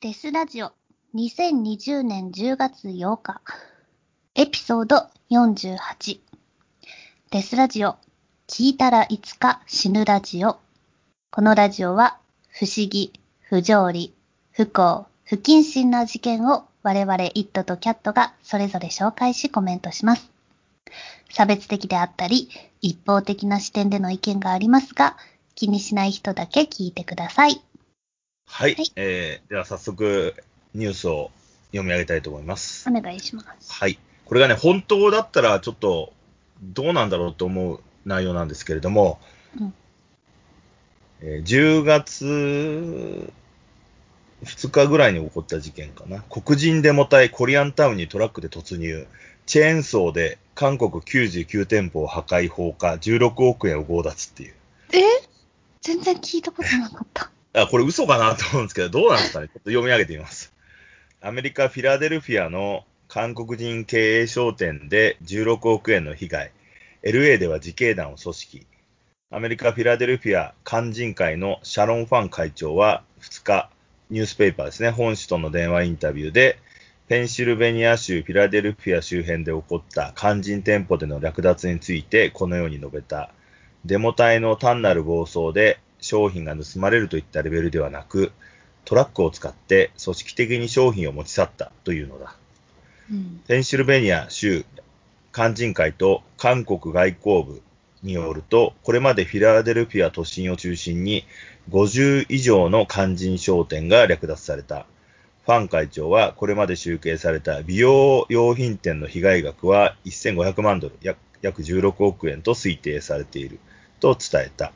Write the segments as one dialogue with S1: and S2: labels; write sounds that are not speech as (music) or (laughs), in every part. S1: デスラジオ2020年10月8日エピソード48デスラジオ聞いたらいつか死ぬラジオこのラジオは不思議、不条理、不幸、不謹慎な事件を我々イットとキャットがそれぞれ紹介しコメントします。差別的であったり、一方的な視点での意見がありますが、気にしない人だけ聞いてください。
S2: はい、
S1: はい
S2: えーでは早速ニュースを読み上げたいと思います。
S1: お願いします。
S2: はい、これがね、本当だったらちょっとどうなんだろうと思う内容なんですけれども、
S1: うん
S2: えー10月2日ぐらいに起こった事件かな。黒人デモ隊コリアンタウンにトラックで突入。チェーンソーで韓国99店舗を破壊放火、16億円を強奪っていう。
S1: え全然聞いたことなかった。
S2: あ、これ嘘かなと思うんですけど、どうなんですかねちょっと読み上げてみます。アメリカ・フィラデルフィアの韓国人経営商店で16億円の被害。LA では自警団を組織。アメリカ・フィラデルフィア肝心会のシャロン・ファン会長は2日、ニュースペーパーですね、本紙との電話インタビューで、ペンシルベニア州フィラデルフィア周辺で起こった肝心店舗での略奪についてこのように述べた。デモ隊の単なる暴走で商品が盗まれるといったレベルではなく、トラックを使って組織的に商品を持ち去ったというのだ。
S1: うん。
S2: ペンシルベニア州肝心会と韓国外交部によると、これまでフィラデルフィア都心を中心に50以上の肝心商店が略奪された。ファン会長はこれまで集計された美容用品店の被害額は1500万ドル、約約16億円と推定されていると伝えた。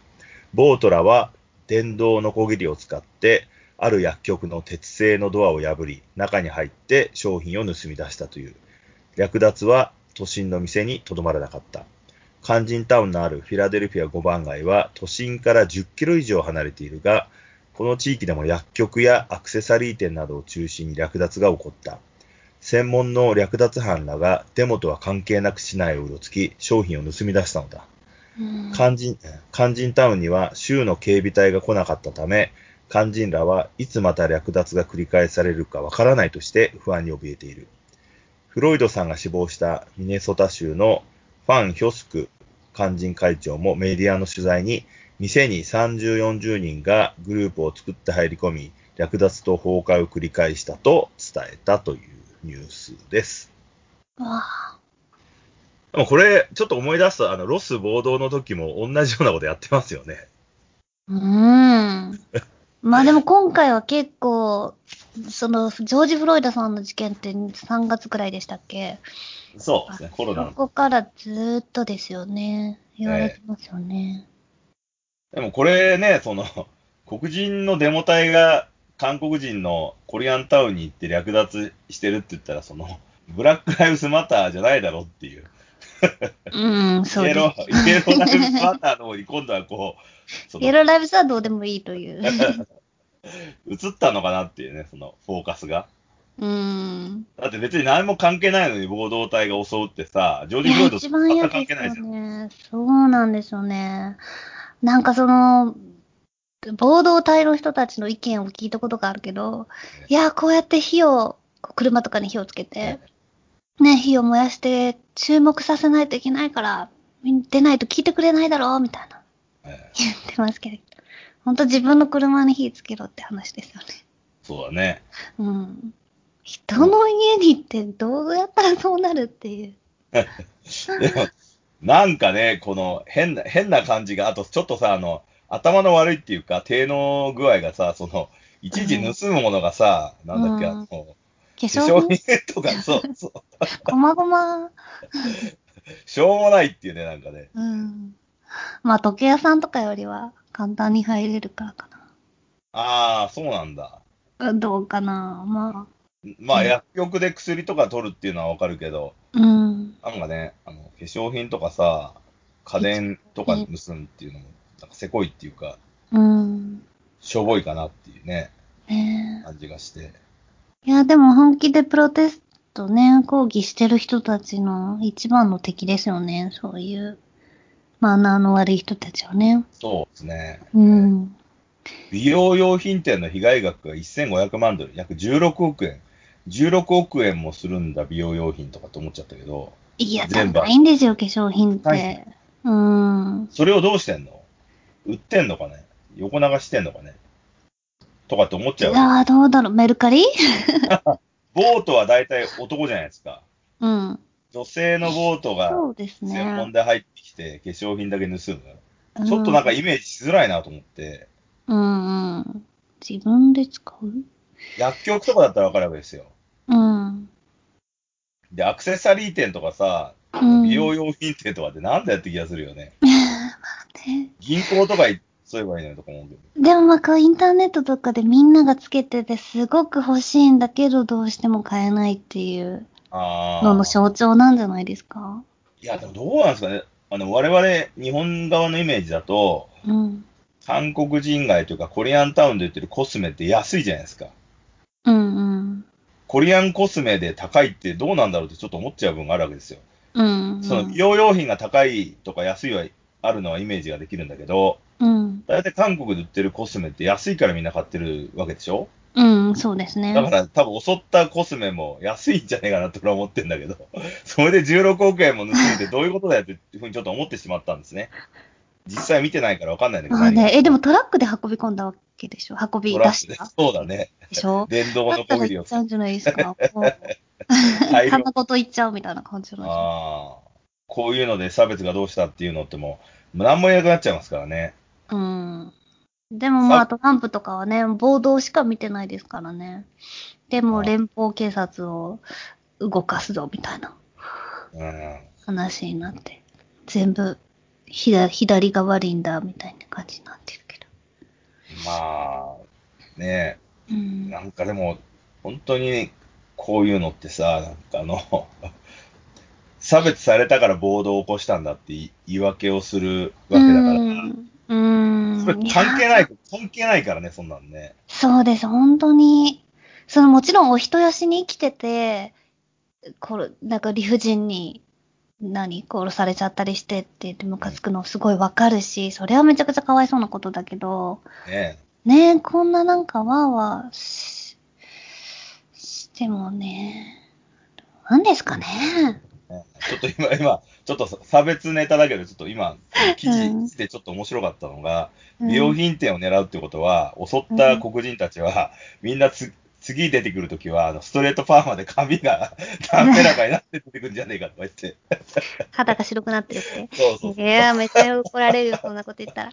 S2: ボートラは電動のこぎりを使って、ある薬局の鉄製のドアを破り、中に入って商品を盗み出したという。略奪は都心の店にとどまらなかった。肝心タウンのあるフィラデルフィア5番街は都心から10キロ以上離れているが、この地域でも薬局やアクセサリー店などを中心に略奪が起こった。専門の略奪犯らがデモとは関係なく市内をうろつき、商品を盗み出したのだ。
S1: うん
S2: 肝心、肝心タウンには州の警備隊が来なかったため、肝心らはいつまた略奪が繰り返されるかわからないとして不安に怯えている。フロイドさんが死亡したミネソタ州のファン・ヒョスク肝心会長もメディアの取材に、店に30、40人がグループを作って入り込み、略奪と崩壊を繰り返したと伝えたというニュースです。
S1: わあ
S2: でもこれ、ちょっと思い出すと、あの、ロス暴動の時も同じようなことやってますよね。
S1: うーん。
S2: (laughs)
S1: まあでも今回は結構、その、ジョージ・フロイドさんの事件って3月くらいでしたっけ
S2: そうですね、コロナ
S1: そ。こからずーっとですよね。言われてますよね。
S2: でもこれね、その、 (laughs) 黒人のデモ隊が韓国人のコリアンタウンに行って略奪してるって言ったら、その、 (laughs) ブラック・ライブスマターじゃないだろっていう。
S1: うん、そう
S2: イ
S1: で
S2: エ
S1: す。(laughs)
S2: ロー、イエロー・ライブスマターの方に今度はこう、そ
S1: イエ
S2: の、
S1: ローライブスはどうでもいいという。
S2: (laughs) 映ったのかなっていうね、その、フォーカスが。
S1: うーん。
S2: だって別に何も関係ないのに暴動隊が襲うってさ、ジョー
S1: い
S2: ジ・フ
S1: や、
S2: ロイド
S1: 一番嫌
S2: 全く
S1: です
S2: 関係ないじゃ
S1: よ
S2: ん。
S1: ね。そうなんですよね。なんかその、暴動隊の人たちの意見を聞いたことがあるけど、いや、こうやって火を、こう車とかに火をつけて、ね、火を燃やして注目させないといけないから、出ないと聞いてくれないだろう、みたいな
S2: ええ
S1: 言ってますけど、本当自分の車に火つけろって話ですよね。
S2: そうだね。
S1: うん。人の家にってどうやったらそうなるっていう。
S2: でも、なんかね、この変な、変な感じが、あとちょっとさ、あの、頭の悪いっていうか、低能具合がさ、その、いちいち盗むものがさ、なんだっけ、
S1: う
S2: あ
S1: ん
S2: の、化
S1: 化
S2: 粧
S1: 粧品、
S2: 品とか、そう、そう、
S1: こまごま。
S2: しょうもないっていうね、なんかね。
S1: うん。まあ、時計屋さんとかよりは簡単に入れるからか
S2: ああ、そうなんだ。
S1: な。どうかな。ま
S2: ま
S1: う
S2: あ、
S1: ん
S2: 薬局で薬とか取るっていうのはわかるけど、
S1: あ、うん。
S2: なんかね、あの、化粧品とかさ、家電とか盗むっていうのも、なんかせこいっていうか、
S1: うん。
S2: しょぼいかなっていうね、
S1: ね
S2: 感じがし
S1: え
S2: て。
S1: いや、でも本気でプロテストね、抗議してる人たちの一番の敵ですよね。そういう、マナーの悪い人たちはね。
S2: そうですね。
S1: うん。
S2: 美容用品店の被害額が1500万ドル、約16億円。16億円もするんだ、美容用品とかと思っちゃったけど、
S1: いや、
S2: 全部
S1: 高いんですよ、化粧品っ
S2: 高
S1: て
S2: い。
S1: うーん。
S2: それをどうしてんの売ってんのかね横流してんのかねとかって思っ
S1: い
S2: ちゃうよね。
S1: やー、どうだろう、メルカリ
S2: ボートは大体男じゃないですか。
S1: うん。
S2: 女性のボートが
S1: そうです
S2: 専門
S1: ね。
S2: で入ってきて、化粧品だけ盗む。ちょっとなんかイメージしづらいなと思って、
S1: うんうん。自分で使う
S2: 薬局とかだったらわかるわけですよ。
S1: うん。
S2: で、アクセサリー店とかさ、
S1: うん
S2: 美容用品店とかってなんだよって気がするよね。
S1: ね
S2: 銀行とか行そういえばいいのにとか思うけど。
S1: でもまあこうインターネットとかでみんながつけててすごく欲しいんだけどどうしても買えないっていう
S2: あ
S1: のの象徴なんじゃないですか
S2: いや、でもどうなんですかね。あの、我々、日本側のイメージだと、
S1: うん。
S2: 韓国人街というか、コリアンタウンで売ってるコスメって安いじゃないですか。
S1: うんうん。
S2: コリアンコスメで高いってどうなんだろうってちょっと思っちゃう部分があるわけですよ。
S1: うん、うん。
S2: その美容用品が高いとか安いはあるのはイメージができるんだけど、
S1: うん。
S2: 大体韓国で売ってるコスメって安いからみんな買ってるわけでしょ
S1: うん、そうですね。
S2: だから多分襲ったコスメも安いんじゃないかなって俺は思ってんだけど、 (laughs) それで16億円も盗ん
S1: (laughs)
S2: でどういうことだよっていうふうにちょっと思ってしまったんですね。実際見てないからわかんないんだけど。
S1: あね、え、で
S2: も
S1: もトラックで運び込んだわけでしょ運び
S2: ト
S1: 出
S2: ラッ
S1: し
S2: クで
S1: た
S2: そうだね。
S1: でしょ
S2: 電動
S1: だ
S2: の
S1: った
S2: コ
S1: ら
S2: イ
S1: 行
S2: ル
S1: っ
S2: を
S1: ちゃうんじゃないですか。もう (laughs)
S2: 大量
S1: 花ごと行っちゃうみたいな感じじゃないですか。
S2: ああ、こういうので差別がどうしたっていうのってもう、何も言えなくなっちゃいますからね。
S1: うん。でもまあ、
S2: さ
S1: トランプとかはね、暴動しか見てないですからね。でも、
S2: あ
S1: 連邦警察を動かすぞ、みたいな
S2: うん。
S1: 話になって。全部、左、左が悪いんだ、みたいな感じになってるけど。
S2: まあ、ね
S1: う
S2: え、
S1: ん。
S2: なんかでも、本当にこういうのってさ、なんかあの、 (laughs) 差別されたから暴動を起こしたんだってい言い訳をするわけ
S1: う
S2: だから、
S1: ん。うん
S2: それ関
S1: い
S2: 係
S1: や
S2: ない、関係ないからね、そんなんね。
S1: そうです、本当に。そのもちろんお人よしに生きてて、これ、なんか理不尽に、何、殺されちゃったりしてって言ってムカつくのすごいわかるし、それはめちゃくちゃかわいそうなことだけど、
S2: ね
S1: ねえ、こんななんかわーわーし、してもね、なんですかね。
S2: えねえちょっと今、 (laughs) 今、ちょっと差別ネタだけど、ちょっと今、記
S1: うん
S2: 事でちょっと面白かったのが、
S1: うん
S2: 美容品店を狙うってことは、襲った黒人たちは、みんなつ次出てくるときは、あのストレートパーマで髪が (laughs) 滑らかになって出てくるんじゃねえかとか言って。
S1: 肌が白くなってるって。
S2: そうそ
S1: (laughs)
S2: う
S1: い
S2: そう。
S1: やー、めっちゃ怒られるよ、そんなこと言ったら。 (laughs)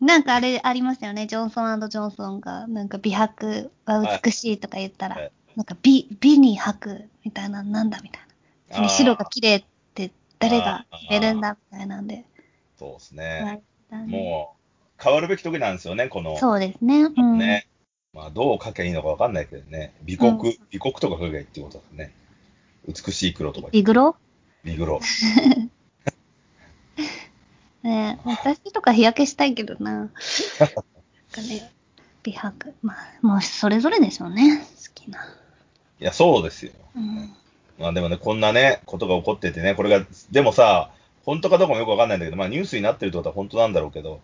S1: なんかあれありましたよね、ジョンソンジョンソンが、なんか美白は美しいとか言ったら、
S2: はい
S1: なんか美美に白みたいな、なんだみたいな。その白が綺麗って誰が言ってるんだみたいなんで。
S2: そうです
S1: 言われ
S2: ね。
S1: たね
S2: もう、変わるべき時なんですよね、この。
S1: そうですね。うん、
S2: ね。まあ、どう書けばいいのかわかんないけどね。美国、
S1: うん
S2: 美国とか書けばいいってことだね。美しい黒とか、
S1: ビグロ
S2: 美黒。
S1: ね私とか日焼けしたいけど
S2: (laughs)
S1: な。なんかね、美白。まあ、もうそれぞれでしょうね、好きな。
S2: いや、そうですよ。
S1: うん
S2: まあでもね、こんなね、ことが起こっててね、これが、でもさ、本当かどうかもよくわかんないんだけど、まあニュースになってるってことは本当なんだろうけど、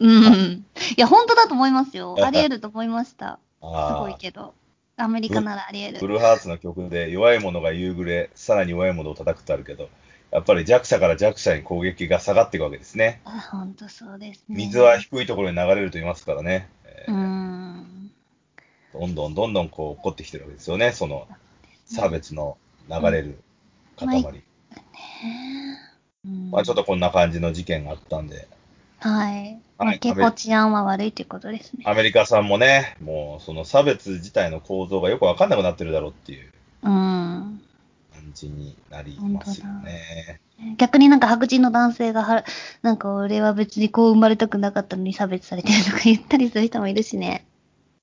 S1: うん。いや、本当だと思いますよ。あり得ると思いました。す
S2: あ
S1: ごい
S2: あ、
S1: けど。アメリカならあり
S2: フ
S1: 得る。
S2: ルハーツの曲で弱い者が夕暮れ、さらに弱い者を叩くってあるけど、やっぱり弱者から弱者に攻撃が下がっていくわけですね。
S1: あ本当そうですね。
S2: 水は低いところに流れると言いますからね、え
S1: うーん。
S2: ーどんどんどんどんこう起こってきてるわけですよね、その差別の流れる塊。
S1: ううん
S2: まあちょっとこんな感じの事件があったんで、
S1: はい。まあ
S2: はい
S1: 結構治安は悪いということですね。
S2: アメリカさんもね、もうその差別自体の構造がよくわかんなくなってるだろうっていう。
S1: うん。
S2: 感じになりますよね。
S1: 逆になんか白人の男性がは、なんか俺は別にこう生まれたくなかったのに差別されてるとか言ったりする人もいるしね。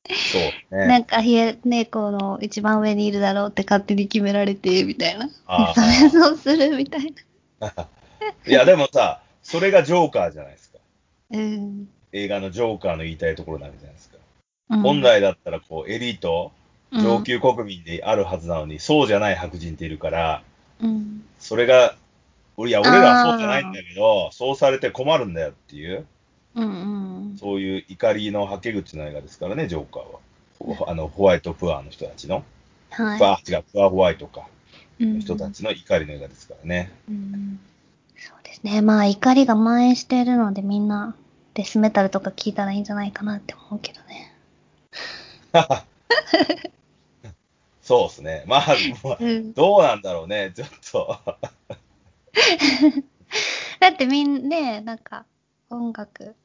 S2: そう
S1: な
S2: ね。
S1: んか、ひえ、猫の一番上にいるだろうって勝手に決められて、みたいな。
S2: あ
S1: 差 (laughs)
S2: ー
S1: 別をするみたいな。
S2: いや、でもさ、それがジョーカーじゃないですか。
S1: うん。
S2: 映画のジョーカーの言いたいところなわけじゃないですか。
S1: うん
S2: 本来だったら、こう、エリート、
S1: うん
S2: 上級国民であるはずなのに、そうじゃない白人っているから、
S1: うん。
S2: それが、俺いや、俺らはそうじゃないんだけど、そうされて困るんだよっていう。
S1: うんうん。
S2: そういう怒りのはけ口の映画ですからね、ジョーカーは。ほあのホワイトプアの人たちの、
S1: は
S2: バー違う、プアホワイトか、
S1: い。うん
S2: 人たちの怒りの映画ですからね。
S1: うんそうですね。まあ、怒りが蔓延しているので、みんな、デスメタルとか聞いたらいいんじゃないかなって思うけどね。
S2: そうですね。まあ、まあ
S1: うん、
S2: どうなんだろうね、ちょっと。 (laughs)
S1: だってみんな、ね、なんか、音楽、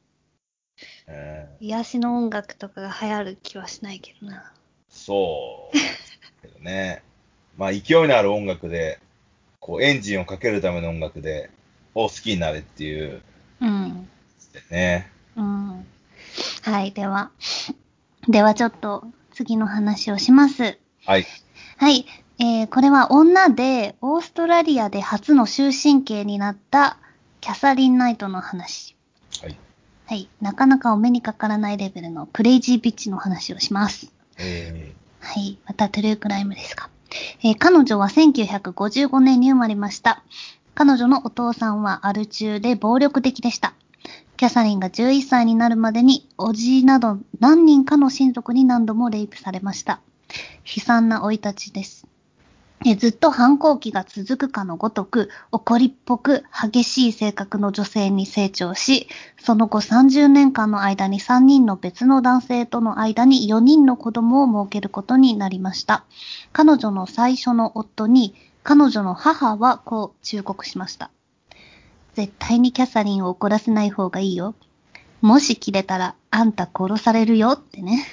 S2: うん
S1: 癒しの音楽とかが流行る気はしないけどな。
S2: そう。 (laughs) けどね。まあ、勢いのある音楽で、こう、エンジンをかけるための音楽で、を好きになれっていう、
S1: うん。
S2: ね。
S1: うん。はい、では。ではちょっと、次の話をします。
S2: はい。
S1: はい。えー、これは女で、オーストラリアで初の終身刑になった、キャサリン・ナイトの話。
S2: はい。
S1: はい。なかなかお目にかからないレベルのクレイジービッチの話をします。
S2: え
S1: はい。またトゥルークライムですか。えー彼女は1955年に生まれました。彼女のお父さんはアル中で暴力的でした。キャサリンが11歳になるまでに、おじいなど何人かの親族に何度もレイプされました。悲惨な生い立ちです。えーずっと反抗期が続くかのごとく、怒りっぽく激しい性格の女性に成長し、その後30年間の間に3人の別の男性との間に4人の子供を設けることになりました。彼女の最初の夫に、彼女の母はこう忠告しました。絶対にキャサリンを怒らせない方がいいよ。もし切れたらあんた殺されるよってね。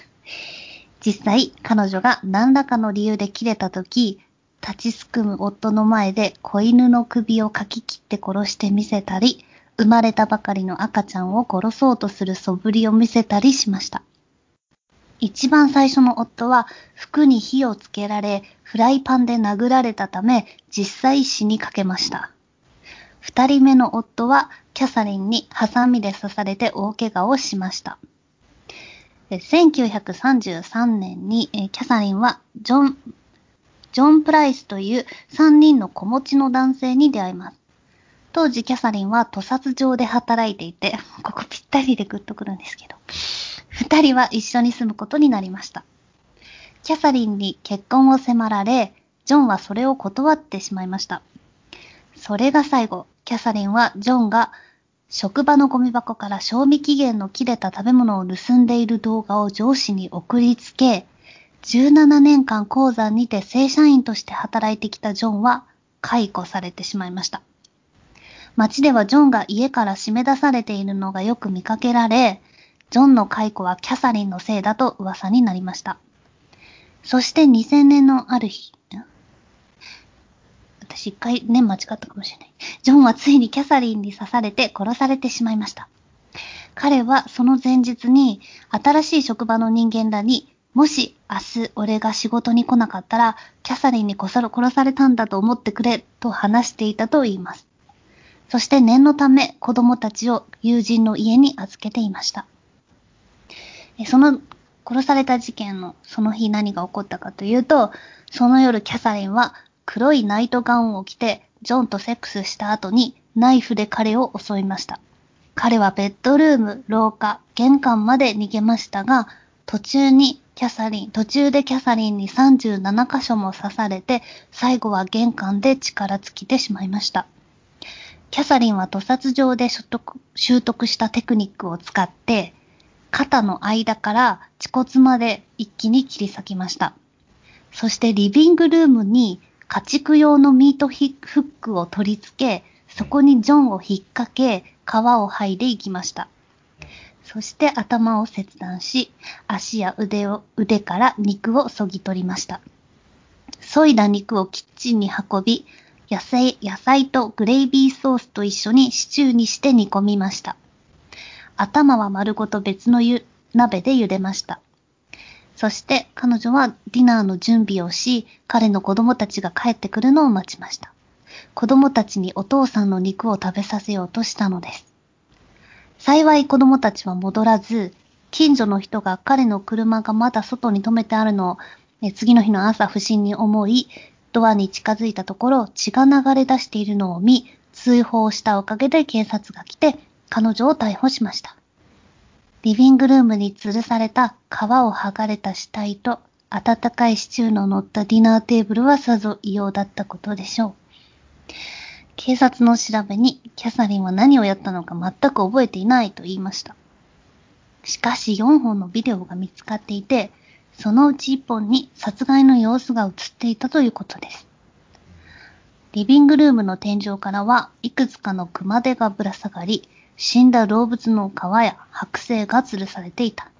S1: 実際、彼女が何らかの理由で切れた時、立ちすくむ夫の前で子犬の首をかき切って殺してみせたり、生まれたばかりの赤ちゃんを殺そうとする素振りを見せたりしました。一番最初の夫は服に火をつけられ、フライパンで殴られたため、実際死にかけました。二人目の夫はキャサリンにハサミで刺されて大怪我をしました。え1933年にえーキャサリンはジョン、ジョン・プライスという3人の子持ちの男性に出会います。当時キャサリンは屠殺場で働いていて、 (laughs) ここぴったりでグッとくるんですけど、二人は一緒に住むことになりました。キャサリンに結婚を迫られ、ジョンはそれを断ってしまいました。それが最後、キャサリンはジョンが職場のゴミ箱から賞味期限の切れた食べ物を盗んでいる動画を上司に送りつけ、17年間鉱山にて正社員として働いてきたジョンは解雇されてしまいました。街ではジョンが家から締め出されているのがよく見かけられ、ジョンの解雇はキャサリンのせいだと噂になりました。そして2000年のある日、ん私一回ね、間違ったかもしれない。ジョンはついにキャサリンに刺されて殺されてしまいました。彼はその前日に新しい職場の人間らに、もし明日俺が仕事に来なかったら、キャサリンに殺さ殺されたんだと思ってくれと話していたと言います。そして念のため子供たちを友人の家に預けていました。えその殺された事件のその日何が起こったかというと、その夜キャサリンは黒いナイトガウンを着てジョンとセックスした後にナイフで彼を襲いました。彼はベッドルーム、廊下、玄関まで逃げましたが、途中にキャサリン、途中でキャサリンに37箇所も刺されて、最後は玄関で力尽きてしまいました。キャサリンは屠殺場で所得習得したテクニックを使って、肩の間から恥骨まで一気に切り裂きました。そしてリビングルームに家畜用のミートヒフックを取り付け、そこにジョンを引っ掛け、皮を剥いでいきました。そして頭を切断し、足や腕を、腕から肉をそぎ取りました。削いだ肉をキッチンに運び、野菜、野菜とグレイビーソースと一緒にシチューにして煮込みました。頭は丸ごと別のゆ鍋で茹でました。そして彼女はディナーの準備をし、彼の子供たちが帰ってくるのを待ちました。子供たちにお父さんの肉を食べさせようとしたのです。幸い子供たちは戻らず、近所の人が彼の車がまだ外に止めてあるのを、え次の日の朝不審に思い、ドアに近づいたところ血が流れ出しているのを見、通報したおかげで警察が来て、彼女を逮捕しました。リビングルームに吊るされた皮を剥がれた死体と温かいシチューの乗ったディナーテーブルはさぞ異様だったことでしょう。警察の調べにキャサリンは何をやったのか全く覚えていないと言いました。しかし4本のビデオが見つかっていて、そのうち1本に殺害の様子が映っていたということです。リビングルームの天井からはいくつかの熊手がぶら下がり、死んだ動物の皮や剥製が吊るされていた。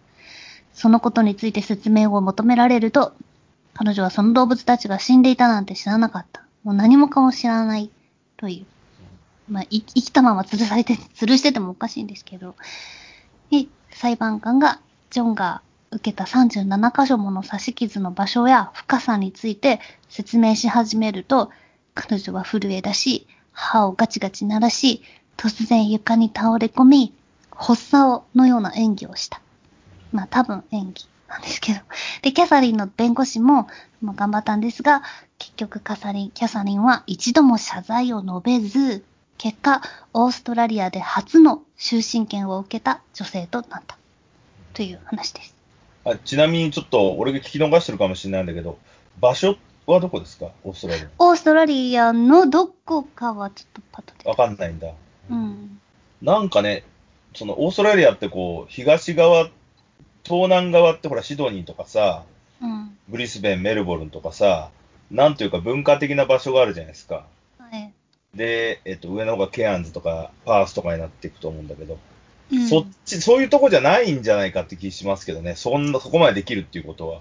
S1: そのことについて説明を求められると、彼女はその動物たちが死んでいたなんて知らなかった。もう何もかも知らない。という。まあ、い生きたまま吊るされて、吊るしててもおかしいんですけど。で、裁判官が、ジョンが受けた37箇所もの刺し傷の場所や深さについて説明し始めると、彼女は震え出し、歯をガチガチ鳴らし、突然床に倒れ込み、発作のような演技をした。まあ多分演技なんですけど。で、キャサリンの弁護士も、まあ、頑張ったんですが、結局キャサリン、キャサリンは一度も謝罪を述べず、結果、オーストラリアで初の終身権を受けた女性となった。という話です。
S2: あちなみにちょっと俺が聞き逃してるかもしれないんだけど、場所はどこですかオーストラリア。
S1: オーストラリアのどこかはちょっとパッと出て
S2: わかんないんだ。
S1: うん。
S2: なんかね、そのオーストラリアってこう、東側、東南側ってほら、シドニーとかさ、
S1: うん。
S2: ブリスベン、メルボルンとかさ、なんというか文化的な場所があるじゃないですか。
S1: はい。
S2: で、えっと、上の方がケアンズとか、パースとかになっていくと思うんだけど、
S1: うん
S2: そっち、そういうとこじゃないんじゃないかって気しますけどね、そんな、そこまでできるっていうことは、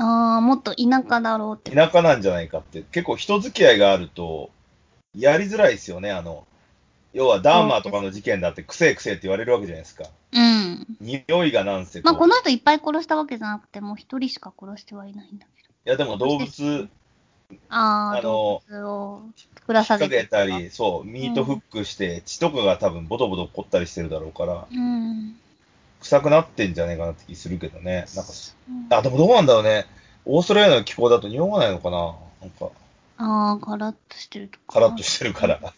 S1: ああ、もっと田舎だろうって。
S2: 田舎なんじゃないかって、結構人付き合いがあると、やりづらいですよね、あの、要はダーマーとかの事件だって、くせえくせえって言われるわけじゃないですか。
S1: うん。
S2: 匂いがなんせこ
S1: まあ、
S2: う
S1: この人いっぱい殺したわけじゃなくて、もう一人しか殺してはいないんだけ
S2: いやでも動物
S1: ど。ああ、
S2: あの
S1: 動物をぶ
S2: 引
S1: ら
S2: っ
S1: 下げ
S2: 掛
S1: て
S2: けたり、そう、ミートフックして、血とかが多分ボトボト凝ったりしてるだろうから、
S1: うん。
S2: 臭くなってんじゃねえかなって気するけどね。なんか、あ、でもどうなんだろうね。オーストラリアの気候だと匂わないのかななんか、
S1: ああ、カラッとしてるとか。
S2: カラッとしてるから。 (laughs)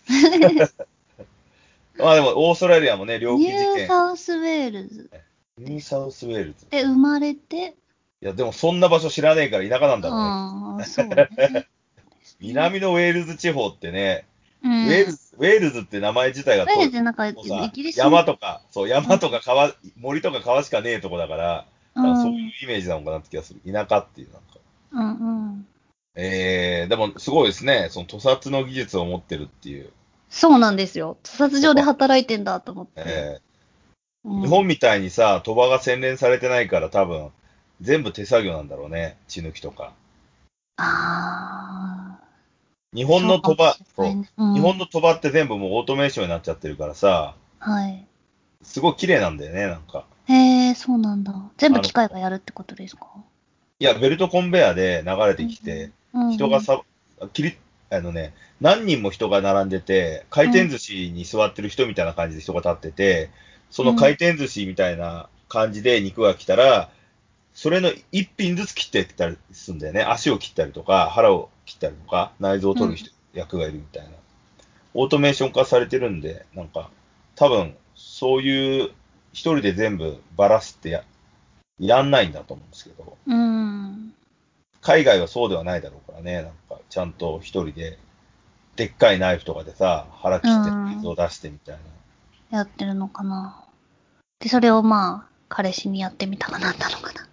S2: まあでも、オーストラリアもね、猟奇
S1: ニ
S2: 事
S1: ュー
S2: 件。
S1: サウスウェールズ
S2: ニューサウスウェールズ。
S1: で生まれて、
S2: いや、でもそんな場所知らねえから田舎なんだろうね。
S1: ああ、そうね。
S2: (laughs) 南のウェールズ地方ってね、
S1: うん、
S2: ウェールズ、ウェールズって名前自体が
S1: ウェールズなんか、イ
S2: もうさ
S1: ギリスの
S2: 山とか、そう、山とか川、森とか川しかねえとこだから、
S1: う
S2: 多分
S1: ん、
S2: そういうイメージなのかなって気がする。田舎っていう、なんか。
S1: うんうん。
S2: えー、でもすごいですね。その屠殺の技術を持ってるっていう。
S1: そうなんですよ。屠殺場で働いてんだと思って。
S2: え
S1: う
S2: ー
S1: ん
S2: 日本みたいにさ、鳥羽が洗練されてないから多分、全部手作業なんだろうね。血抜きとか。
S1: ああ。
S2: 日本の鳥羽、
S1: そうかもしれない
S2: そう
S1: ねうん
S2: 日本の鳥羽って全部もうオートメーションになっちゃってるからさ、
S1: はい。
S2: すごい綺麗なんだよね、なんか。
S1: へえ、そうなんだ。全部機械がやるってことですか
S2: いや、ベルトコンベアで流れてきて、、
S1: うん
S2: 人が、さ、きり、あのね、何人も人が並んでて、回転寿司に座ってる人みたいな感じで人が立ってて、その回転寿司みたいな感じで肉が来たら、それの一品ずつ切っていったりするんだよね。足を切ったりとか、腹を切ったりとか、内臓を取る人、役がいるみたいな。オートメーション化されてるんで、なんか、多分、そういう、一人で全部バラすってや、やんないんだと思うんですけど。
S1: うん。
S2: 海外はそうではないだろうからね、なんか、ちゃんと一人で、でっかいナイフとかでさ、腹切って
S1: うん、
S2: 水を出してみたいな。
S1: やってるのかな。で、それをまあ、彼氏にやってみたかなんだのかな。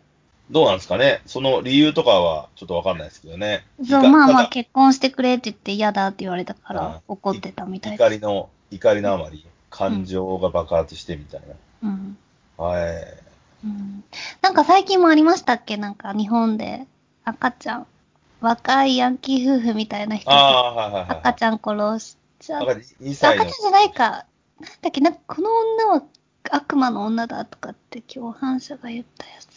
S2: どうなんですかねその理由とかは、ちょっとわかんないですけどね。
S1: そう、
S2: 怒
S1: まあまあ、
S2: ただ
S1: 結婚してくれって言って嫌だって言われたか
S2: うん
S1: ら怒ってたみたい
S2: 怒
S1: で
S2: り
S1: す。
S2: の、怒りのあまり、感情が爆発してみたい
S1: うん。
S2: な。はい。
S1: うん。なんか最近もありましたっけなんか日本で赤ちゃん、若いヤンキー夫婦みたいな人
S2: あ
S1: が
S2: あ、はいはいはいはい。
S1: 赤ちゃん殺しちゃっ
S2: 赤ちゃん2
S1: 赤
S2: 歳
S1: ちゃ
S2: の
S1: ん。じゃないか。なんだっけ、なんかこの女は悪魔の女だとかって共犯者が言ったやつ。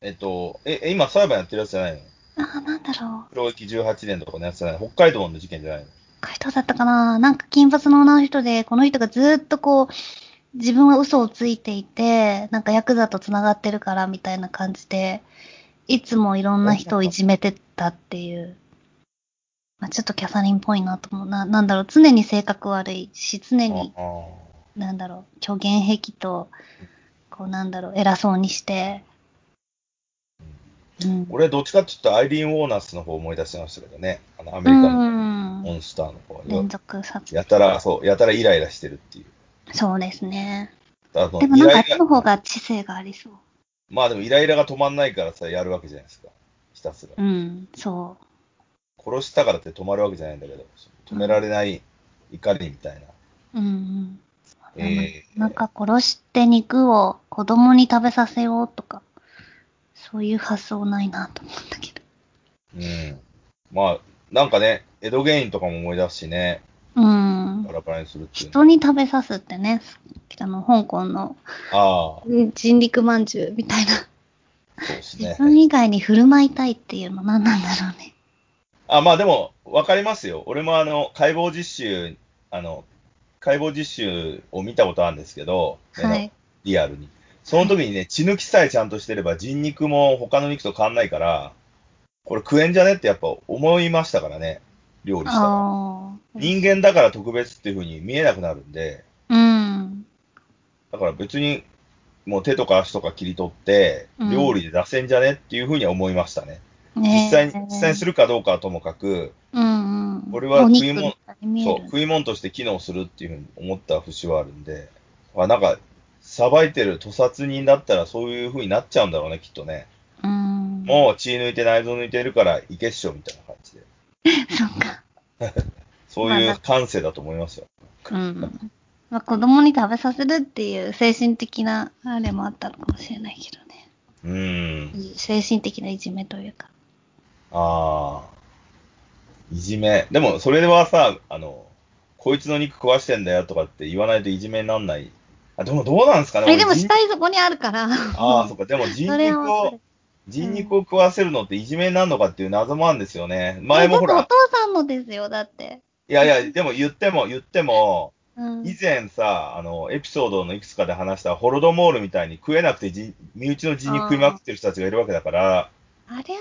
S2: えっと、え、え今裁判やってるやつじゃないの
S1: ああ、なんだろう。
S2: 黒域18年とかのやつじゃないの北海道の事件じゃないの
S1: 回答だったかななんか金髪の女の人で、この人がずーっとこう、自分は嘘をついていて、なんかヤクザと繋がってるからみたいな感じで、いつもいろんな人をいじめてったっていう。まあ、ちょっとキャサリンっぽいなと思う。な、なんだろう、常に性格悪いし、常に
S2: ああ
S1: なんだろう、虚言癖と、こうなんだろう、偉そうにして。うん。
S2: 俺、どっちかって言ったらアイリーン・ウォーナスの方思い出してましたけどね。あの、アメ
S1: う
S2: リカの
S1: ん
S2: モ。ンスターの方
S1: 連続殺
S2: やたら、そう、やたらイライラしてるっていう。
S1: そうですね。
S2: あの
S1: でもなんかあっ
S2: イラ
S1: ち
S2: イラ
S1: の方が知性がありそう。
S2: まあでもイライラが止まんないからさ、やるわけじゃないですか。ひたすら
S1: う。ん、そ
S2: 殺したからって止まるわけじゃないんだけど、止められない怒りみたいな。
S1: う。うん、うん。
S2: えー
S1: なんか殺して肉を子供に食べさせようとか、そういう発想ないなと思ったけど。
S2: うん。まあ、なんかね、エドゲインとかも思い出すしね、
S1: うん
S2: バ。ラバラにするっていうの。
S1: 人に食べさすってね、あの、香港の
S2: あ
S1: 人力まんじゅうみたいな。
S2: あ、そうですね
S1: 自。分以外に振る舞いたいっていうの何なんだろうね。
S2: あ、まあでも、わかりますよ。俺もあの、解剖実習、あの、解剖実習を見たことあるんですけど、
S1: はい。
S2: リアルに。その時にね、血抜きさえちゃんとしてれば人肉も他の肉と変わんないから、これ食えんじゃねってやっぱ思いましたからね、料理したら。
S1: ああ。
S2: 人間だから特別っていう風に見えなくなるんで、
S1: うん。
S2: だから別にもう手とか足とか切り取って
S1: うん、
S2: 料理で出せんじゃねっていう風には思いましたね。
S1: ね
S2: 実際に、実際にす
S1: る。
S2: るかどうかはともかく、
S1: うんうん。
S2: 俺は
S1: お肉
S2: 食い物
S1: みたいに見え
S2: そう
S1: る、
S2: 食い物として機能するっていうふうに思った節はあるんで、あなんか、さばいてる屠殺人だったらそういうふうになっちゃうんだろうね、きっとね。
S1: うん。
S2: もう血抜いて内臓抜いてるからいけっしょみたいな感じで。
S1: (laughs) そっか。
S2: そういう感性だと思いますよ。
S1: うん。まあ、子供に食べさせるっていう精神的なあれもあったのかもしれないけどね。
S2: うーん。
S1: 精神的ないじめというか。
S2: ああ。いじめ。でも、それはさ、あの、こいつの肉食わしてんだよとかって言わないといじめになんない。あ、でもどうなんですかね
S1: え、でも
S2: 俺
S1: 死
S2: 人
S1: 体そこにあるから。
S2: ああ、そっか。でも人
S1: それは
S2: 肉
S1: わか
S2: を
S1: る、
S2: 人肉を食わせるのっていじめになるのかっていう謎もあるんですよね。前もほ
S1: えだっ
S2: ら
S1: て、お父さんもですよ、だって。
S2: いやいや、でも言っても、言っても、
S1: うん。
S2: 以前さ、あの、エピソードのいくつかで話したホロドモールみたいに食えなくてじ身内の人肉食いまくってる人たちがいるわけだから、
S1: あれは。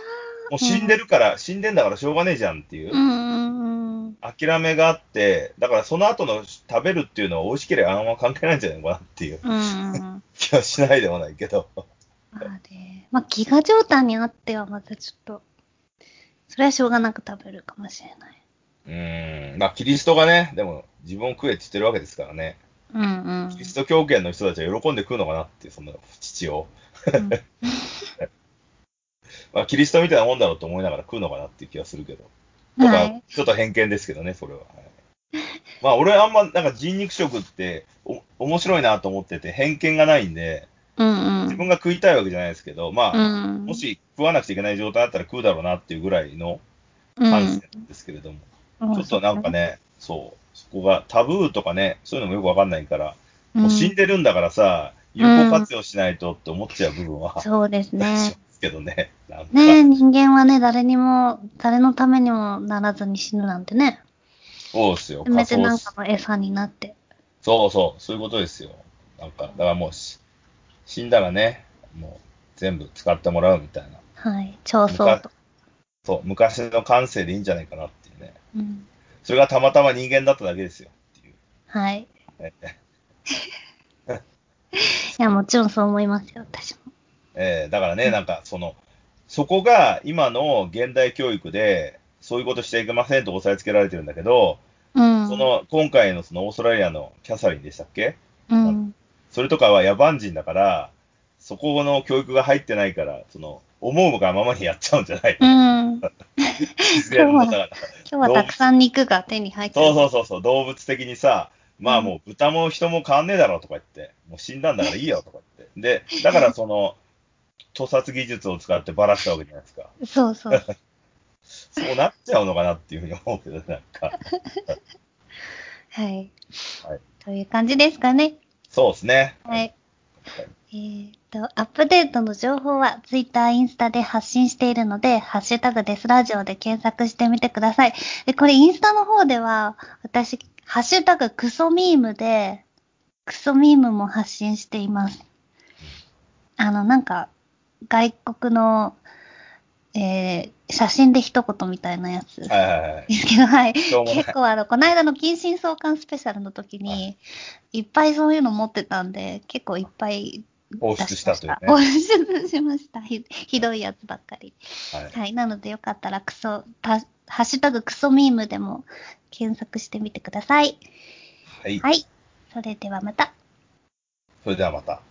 S2: もう死んでるから、死んでんだからしょうがねえじゃんっていう
S1: う、んうんうん。
S2: 諦めがあって、だからその後の食べるっていうのは美味しければあんま関係ないんじゃないのかなっていう (laughs)
S1: うんうん。
S2: 気はしないでもないけど。
S1: まあね、まあ、飢餓状態にあってはまたちょっと、それはしょうがなく食べるかもしれない。
S2: うーん、まあキリストがね、でも自分を食えって言ってるわけですからね。
S1: うんうん。
S2: キリスト教圏の人たちは喜んで食うのかなっていう、その父を。
S1: うん
S2: (laughs) まあキリストみたいなもんだろうと思いながら食うのかなっていう気はするけど。と
S1: は
S2: か
S1: い。、
S2: ちょっと偏見ですけどね、それは。はいまあ、俺あんま、なんか人肉食って、お、面白いなと思ってて、偏見がないんで、
S1: うんう
S2: 自
S1: ん。
S2: 分が食いたいわけじゃないですけど、まあ、
S1: うん、
S2: もし食わなくちゃいけない状態だったら食うだろうなっていうぐらいの
S1: うん、
S2: 感性なんですけれども、ちょっとなんかね、そう、そこがタブーとかね、そういうのもよくわかんないから、
S1: うん、
S2: もう死んでるんだからさ、有
S1: うん
S2: 効活用しないとって思っちゃう部分は、
S1: そうです
S2: (laughs) し
S1: ね
S2: ま。すけどね、なんか、
S1: ねえ、人間はね、誰にも、誰のためにもならずに死ぬなんてね。
S2: そうですよ、
S1: せめて
S2: 仮想
S1: なんかの餌になって。
S2: そうそう、そういうことですよ。なんか、だからもうし、死んだらね、もう全部使ってもらうみたいな。
S1: はい。調査とか。
S2: そう、昔の感性でいいんじゃないかなっていうね。
S1: うん。
S2: それがたまたま人間だっただけですよっていう。
S1: はい。
S2: え
S1: (laughs) いや、もちろんそう思いますよ、私も。
S2: えーだからね、なんか、その、そこが今の現代教育で、そういうことしていけませんと押さえつけられてるんだけど、
S1: うん。
S2: そ、の、今回のそのオーストラリアのキャサリンでしたっけ
S1: うん。
S2: それとかは野蛮人だから、そこの教育が入ってないから、その、思うがままにやっちゃうんじゃない
S1: うん。
S2: (laughs) 自然のさ
S1: 今日はたくさん肉が手に入ってる。
S2: そうそうそうそう、動物的にさ、まあもう豚も人も変わんねえだろとか言って、もう死んだんだからいいよとか言って。で、だからその、屠殺技術を使ってばらしたわけじゃないですか。
S1: そうそう。
S2: そうなっちゃうのかなっていうふうに思うけど、なんか。
S1: はい。
S2: はい
S1: という感じですかね。
S2: そうですね。
S1: はい。えーっと、アップデートの情報は Twitter、インスタで発信しているので、ハッシュタグデスラジオで検索してみてください。で、これインスタの方では、私、ハッシュタグクソミームで、クソミームも発信しています。あの、なんか、外国の、えー写真で一言みたいなやつ。
S2: はいはいはい。
S1: ですけど、はい。
S2: しょうもない
S1: 結構あの、この間の近親相関スペシャルの時に、いっぱいそういうの持ってたんで、結構いっぱい
S2: 放出したというね
S1: 出しました放出しましたひ。ひどいやつばっかり。
S2: はい。
S1: はい。なのでよかったらクソ、たハッシュタグクソミームでも検索してみてください。
S2: はい。
S1: はい。それではまた。
S2: それではまた。